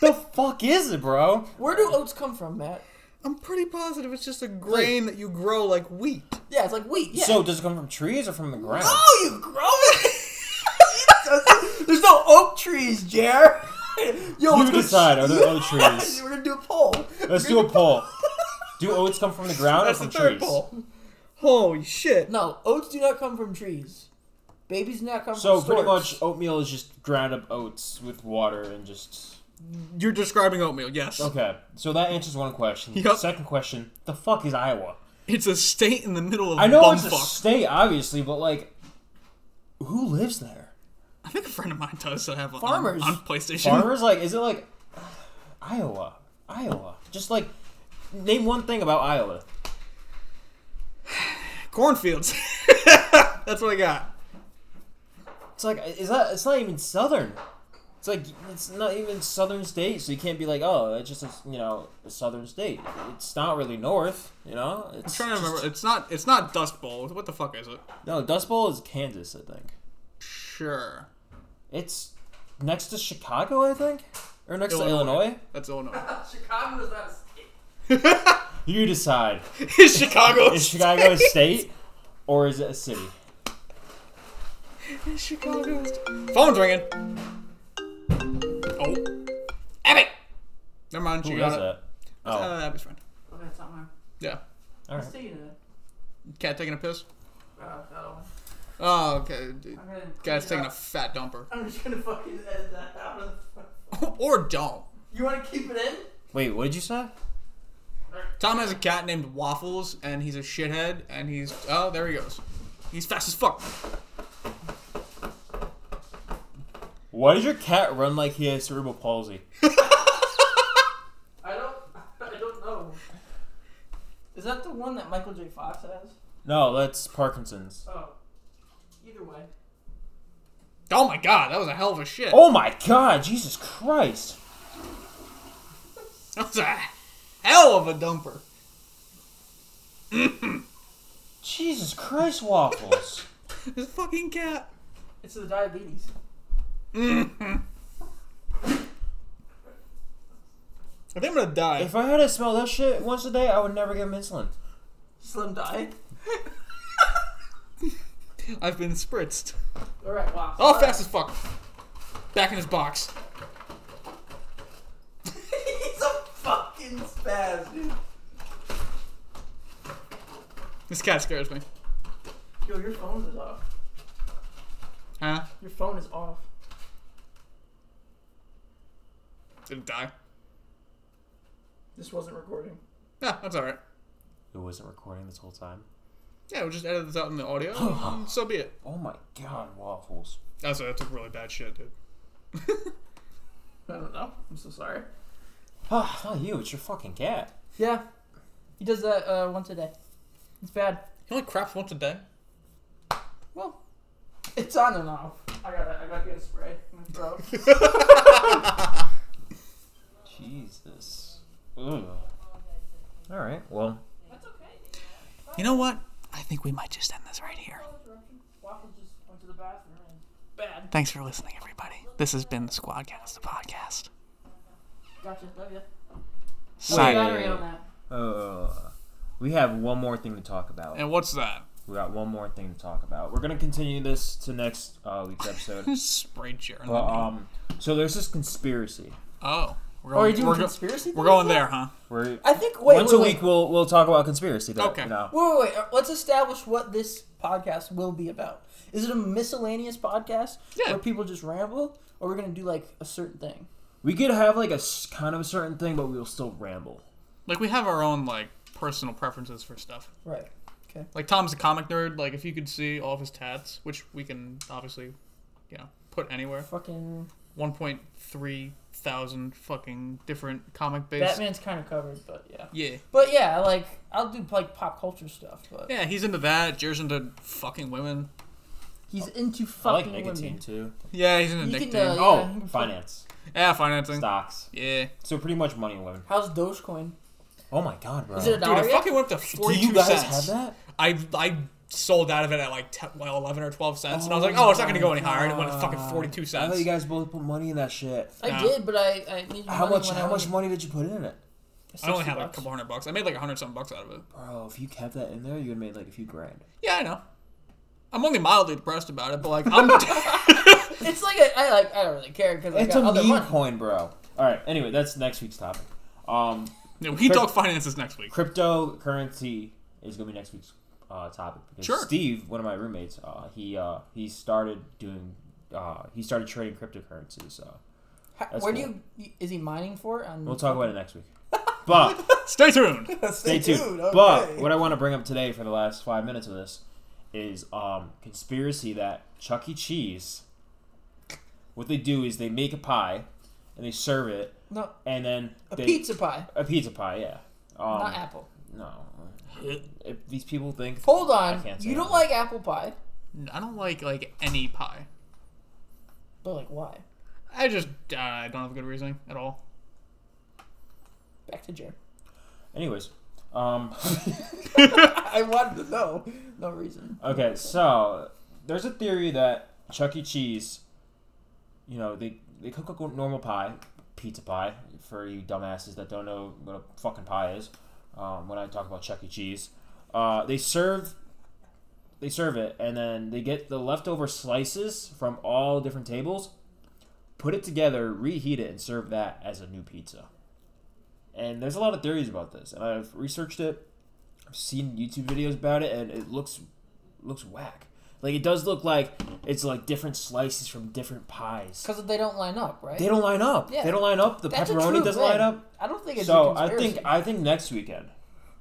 the fuck is it, bro? Where do oats come from, Matt? I'm pretty positive it's just a grain that you grow like wheat. Yeah, it's like wheat. Yeah. So does it come from trees or from the ground? Oh, you grow it. There's no oak trees, Jer. Yo, You decide, are there oak trees? We're gonna do a poll. Let's do a poll. Do oats come from the ground That's or the from third trees? poll. Holy shit! No, oats do not come from trees. Babies do not come So from pretty storks. much, oatmeal is just ground up oats with water and just You're describing oatmeal. Yes. okay. So that answers one question. Yup. Second question: The fuck is Iowa? It's a state in the middle of I know it's a bumfuck. state, obviously, but like, who lives there? I think a friend of mine does that have on- Farmers. on, PlayStation. Farmers? Like, is it like Iowa? Iowa? Just like name one thing about Iowa. Cornfields. That's what I got. It's like is that? It's not even southern. It's like it's not even southern state, so you can't be like, oh, it's just a, you know a southern state. It's not really north, you know. It's I'm trying just- to remember. It's not. It's not Dust Bowl. What the fuck is it? No, Dust Bowl is Kansas, I think. Sure. It's next to Chicago, I think, or next to Illinois. That's Illinois. Chicago is not a state. You decide. Is Chicago? Is Chicago a state or is it a city? Is Chicago? Phone's ringing. Oh. Abby. Never mind. Who She is got it. that? Oh, Uh, Abby's friend. Okay, it's not mine. Yeah. all right. See you then. Cat taking a piss. Uh, that one. Oh, okay. dude. I'm gonna Guy's clean taking a up. fat dumper. I'm just gonna fucking edit that out. of the- or don't. You wanna keep it in? Wait, what did you say? Tom has a cat named Waffles, and he's a shithead, and he's oh, there he goes. He's fast as fuck. Why does your cat run like he has cerebral palsy? I don't. I don't know. Is that the one that Michael J. Fox has? No, that's Parkinson's. Oh. Either way. Oh my god, that was a hell of a shit. Oh my God, Jesus Christ! That was a hell of a dumper. Jesus Christ, waffles! This fucking cat. It's the diabetes. I think I'm gonna die. if I had to smell that shit once a day, I would never get insulin. Slim diet. I've been spritzed. Alright, wow. Oh, fast as fuck. Back in his box. He's a fucking spaz, dude. This cat scares me. Yo, your phone is off. Huh? Your phone is off. Did it die? This wasn't recording. Yeah, Ah, that's alright. It wasn't recording this whole time. Yeah, we'll just edit this out in the audio. and so be it. Oh, Oh my God, waffles! That's that's a really bad shit, dude. I don't know. I'm so sorry. Ah, it's not you. It's your fucking cat. Yeah. He does that uh, once a day. It's bad. He only craps once a day. Well, it's on and off. I gotta, I gotta get a spray. in my throat. Jesus. Ugh. All right. Well, That's okay. You know what? I think we might just end this right here. Waffle just went to the bathroom. and Bad. Thanks for listening, everybody. This has been the Squadcast, the podcast. Gotcha. Love ya. Wait. Sign. Battery on that. uh, we have one more thing to talk about. And what's that? We got one more thing to talk about. We're gonna continue this to next uh, week's episode. Spray Jared. but um, so there's this conspiracy oh. We're Are you going, doing we're, go- conspiracy? we're theories going now? there, huh? We're, I think. Wait, once wait, a wait. week, we'll we'll talk about conspiracy. That, Okay. You know, Wait, wait, wait. Uh, Let's establish what this podcast will be about. Is it a miscellaneous podcast Yeah. where people just ramble, or we're gonna do like a certain thing? we could have like a s- kind of a certain thing, but we will still ramble. Like we have our own like personal preferences for stuff. Right. Like Tom's a comic nerd. Like if you could see all of his tats, which we can obviously, you know, put anywhere. Fucking 1.3 thousand fucking different comic based. Batman's kind of covered, but yeah. Yeah. But yeah, like I'll do like pop culture stuff, but Yeah, he's into that. Jer's into fucking women. he's into I like fucking nicotine women. too. Yeah, he's into You Nick can, uh, Dane. yeah, Oh, you can fuck- finance, yeah, financing. stocks. Yeah. So pretty much money and women. How's Dogecoin? Oh my god, bro. Is it a Dude, dollar it yet? fucking went up to Do 42 you guys have cents. that? I, I sold out of it at like 10, well, 11 or 12 cents, and I was like, oh, it's not going to go any higher. And it went to fucking 42 I thought you cents. guys both put money in that shit. I Nah. did, but I, I needed How money much? when How I much was- money did you put in it, I only had 60 like a bucks. couple hundred bucks. I made like a 100 something bucks out of it. bro? If you kept that in there, you'd have made like a few grand. Yeah, I know. I'm only mildly depressed about it, but like, I'm. It's like a, I like I don't really care because I It's got a other meme money. coin, bro. All right. Anyway, that's next week's topic. Um, No, we talk finances next week. cryptocurrency is gonna be next week's uh, topic because Sure. Steve, one of my roommates, uh, he uh, he started doing uh, he started trading cryptocurrencies. Uh, How- That's Where cool. do you is he mining for? it On we'll talk about it next week. But Stay tuned. stay tuned. But what I want to bring up today for the last five minutes of this is um conspiracy that Chuck E. Cheese. What they do is they make a pie, and they serve it, no, and then a they, pizza pie, a pizza pie, yeah. Um, not apple. no, if these people think Hold I on, can't say you don't that. like apple pie, I don't like like any pie. but like why? I just uh, I don't have good reasoning at all. Back to Jared. Anyways, um, I wanted to know, no reason. okay, so there's a theory that Chuck E. Cheese, you know, they they cook a normal pie, pizza pie, for you dumbasses that don't know what a fucking pie is. Um, when I talk about Chuck E. Cheese, uh, they serve they serve it, and then they get the leftover slices from all different tables, put it together, reheat it, and serve that as a new pizza. And there's a lot of theories about this, and I've researched it. I've seen YouTube videos about it, and it looks looks whack. Like it does look like it's like different slices from different pies. Because they don't line up, right? They don't line up. Yeah. They don't line up. The That's a pepperoni true doesn't thing. line up. I don't think it's a So I think conspiracy. I think next weekend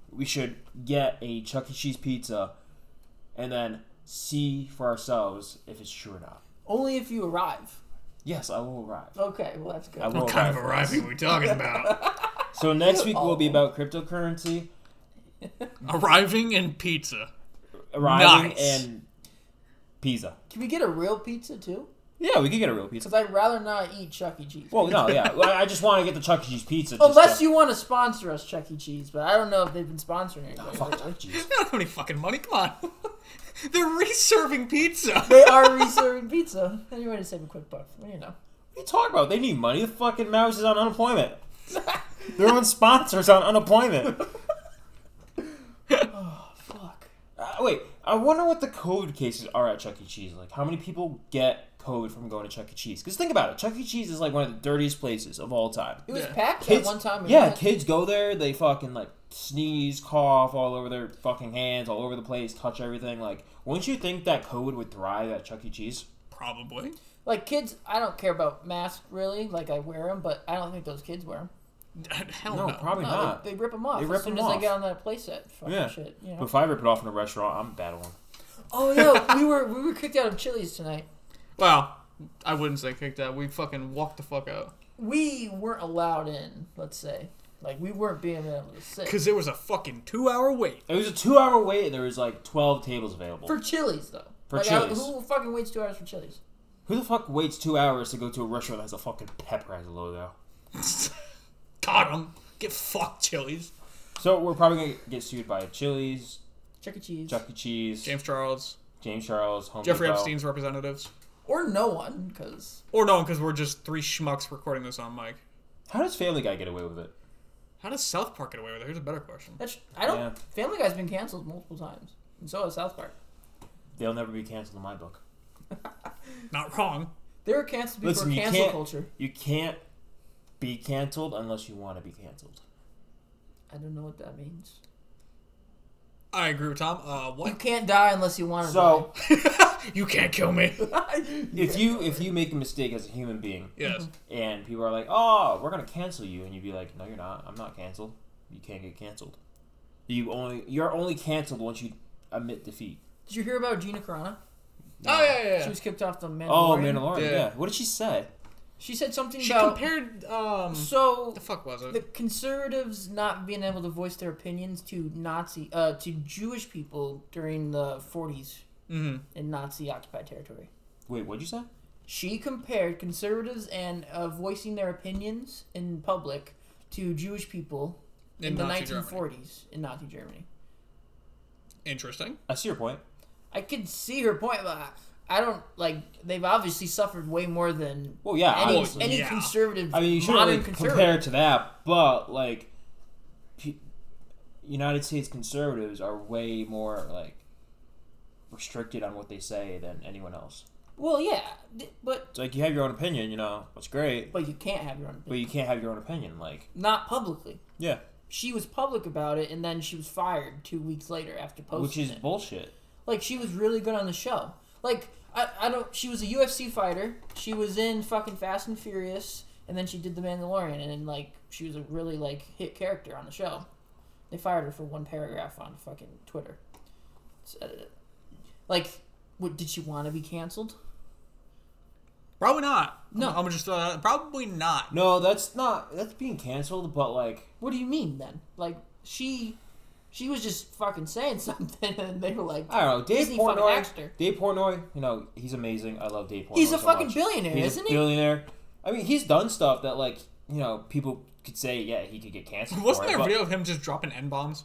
we should get a Chuck E. Cheese pizza, and then see for ourselves if it's true or not. only if you arrive. Yes, I will arrive. Okay, well that's good. I will What kind of arrive. arriving are we talking about? So next week will be Oh. about cryptocurrency arriving in pizza. arriving Nice. and pizza. Can we get a real pizza too? Yeah, we could get a real pizza. Because I'd rather not eat Chuck E. Cheese. Well, no, yeah. Well, I just want to get the Chuck E. Cheese pizza. just Unless to- you want to sponsor us, Chuck E. Cheese, but I don't know if they've been sponsoring anybody. Fuck lately. Chuck E. Cheese. They don't have any fucking money. Come on. They're reserving pizza. they are reserving pizza. Anyway, to save a quick buck, Well, you know. What are you talking about? They need money. The fucking mouse is on unemployment. Their own sponsors on unemployment. Fuck. Uh, wait, I wonder what the COVID cases are at Chuck E. Cheese. Like, how many people get COVID from going to Chuck E. Cheese? Because think about it, Chuck E. Cheese is like one of the dirtiest places of all time. It was Yeah. packed at Kids, one time. yeah, remember? kids go there. They fucking like sneeze, cough all over their fucking hands, all over the place, touch everything. Like, wouldn't you think that COVID would thrive at Chuck E. Cheese? Probably. Like kids, I don't care about masks really. Like I wear them, but I don't think those kids wear them. Hell no. No, probably No, not. they, they rip them off They as rip soon 'em as off. they get on that playset. Fucking Yeah. shit. You But know? if I rip it off in a restaurant, I'm battling. oh yeah, we were we were kicked out of Chili's tonight. Well, I wouldn't say kicked out. We fucking walked the fuck out. We weren't allowed in. Let's say, like we weren't being able to sit Because there was a fucking two hour wait. It was a two-hour wait, and there was like twelve tables available. for Chili's though. For like, I- Chili's. who fucking waits two hours for Chili's? Who the fuck waits two hours to go to a restaurant that has a fucking pepper as a logo? Got 'em. Get fucked, Chili's. So we're probably gonna get sued by Chili's, Chuck E. Cheese Chuck E. Cheese, James, James Charles, Charles, Home Jeffrey Depot. Epstein's representatives. or no one, because Or no, because we're just three schmucks recording this on mic. How does Family Guy get away with it? How does South Park get away with it? Here's a better question. that's I don't. Yeah. Family Guy's been canceled multiple times, and so has South Park. They'll never be canceled in my book. Not wrong. They were canceled before Listen, you cancel can't- culture. You can't be canceled unless you want to be canceled. I don't know what that means. I agree with Tom. Uh, You what? can't die unless you want to. So you can't kill me. if you if you make a mistake as a human being yes. and people are like, "Oh, we're gonna cancel you," and you'd be like, "No, you're not. I'm not canceled. You can't get canceled. You only you're only canceled once you admit defeat." Did you hear about Gina Carano? Oh yeah, yeah. She yeah. was kicked off the Mandalorian. Oh, Mandalorian. Yeah. Yeah. What did she say? She said something She about compared. Um, so the fuck was it? the conservatives not being able to voice their opinions to Nazi uh, to Jewish people during the 40s mm-hmm. in Nazi occupied territory. Wait, what'd you say? She compared conservatives and uh, voicing their opinions in public to Jewish people in, In the Nazi 1940s Germany. in Nazi Germany. Interesting. I see your point. I could see her point, but I I don't like. They've obviously suffered way more than Well, yeah. any, obviously. any yeah. conservative. I mean, you shouldn't modern really conservative. compare it to that, but like, P- United States conservatives are way more like restricted on what they say than anyone else. Well, yeah, th- but It's like you have your own opinion, you know, that's great, but you can't have your own opinion. but you can't have your own opinion. Like, Not publicly. yeah, She was public about it, and then she was fired two weeks later after posting which is it. bullshit. Like she was really good on the show. Like I, I don't. She was a UFC fighter. She was in fucking Fast and Furious, and then she did The Mandalorian, and then, like she was a really like hit character on the show. They fired her for one paragraph on fucking Twitter. It's edited. Like, what did she want to be canceled? Probably not. No. I'm, I'm gonna just throw that out. Probably not. No, that's not that's being canceled, but like, What do you mean then? Like she, she was just fucking saying something, and they were like, I don't know. Dave Disney fucking Portnoy, actor. Dave Portnoy, you know, he's amazing. I love Dave Portnoy. He's a so fucking much. billionaire, He's isn't a he? billionaire. I mean, he's done stuff that like you know people could say, yeah, he could get canceled. Wasn't for there it, a but- video of him just dropping n bombs?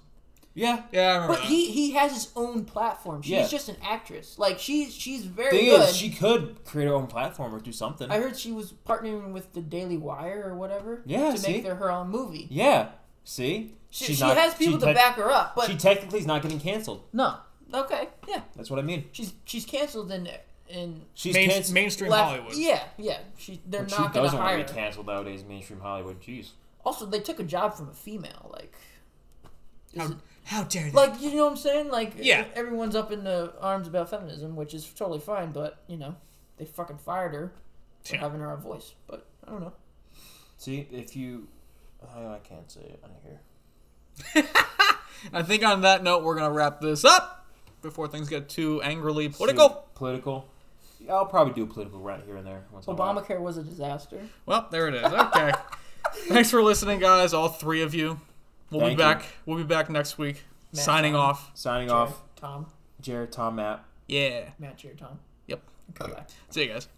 Yeah, Yeah, I remember. But that. he he has his own platform. She's Yeah. just an actress. Like she's she's very thing good. is, she could create her own platform or do something. I heard she was partnering with the Daily Wire or whatever. Yeah, to see? make their, her own movie. yeah, see, She, She's she not- has people she to tec- back her up, but She technically is not getting canceled. no. Okay, yeah, That's what I mean. she's she's canceled in in She's Main- canceled. mainstream left- Hollywood. Yeah, yeah. She they're she not gonna doesn't hire. want to be her. canceled nowadays. Mainstream Hollywood, jeez. Also, they took a job from a female. Like, How, how dare they? like you know what I'm saying? Like, Yeah. everyone's up in the arms about feminism, which is totally fine. But you know, they fucking fired her for Yeah. having her own voice. But I don't know. See, if you, oh, I can't say it on here. I think on that note, we're gonna wrap this up before things get too angrily political. Shoot, Political. Yeah, I'll probably do a political rant here and there. Once in a while. Obamacare was a disaster. Well, there it is. Okay. Thanks for listening, guys. All three of you. We'll Thank be you. back. We'll be back next week. Matt, Signing Tom. off. Signing Jared, off, Tom, Jared, Tom, Matt. Yeah. Matt, Jared, Tom. Yep. Come back. See you guys.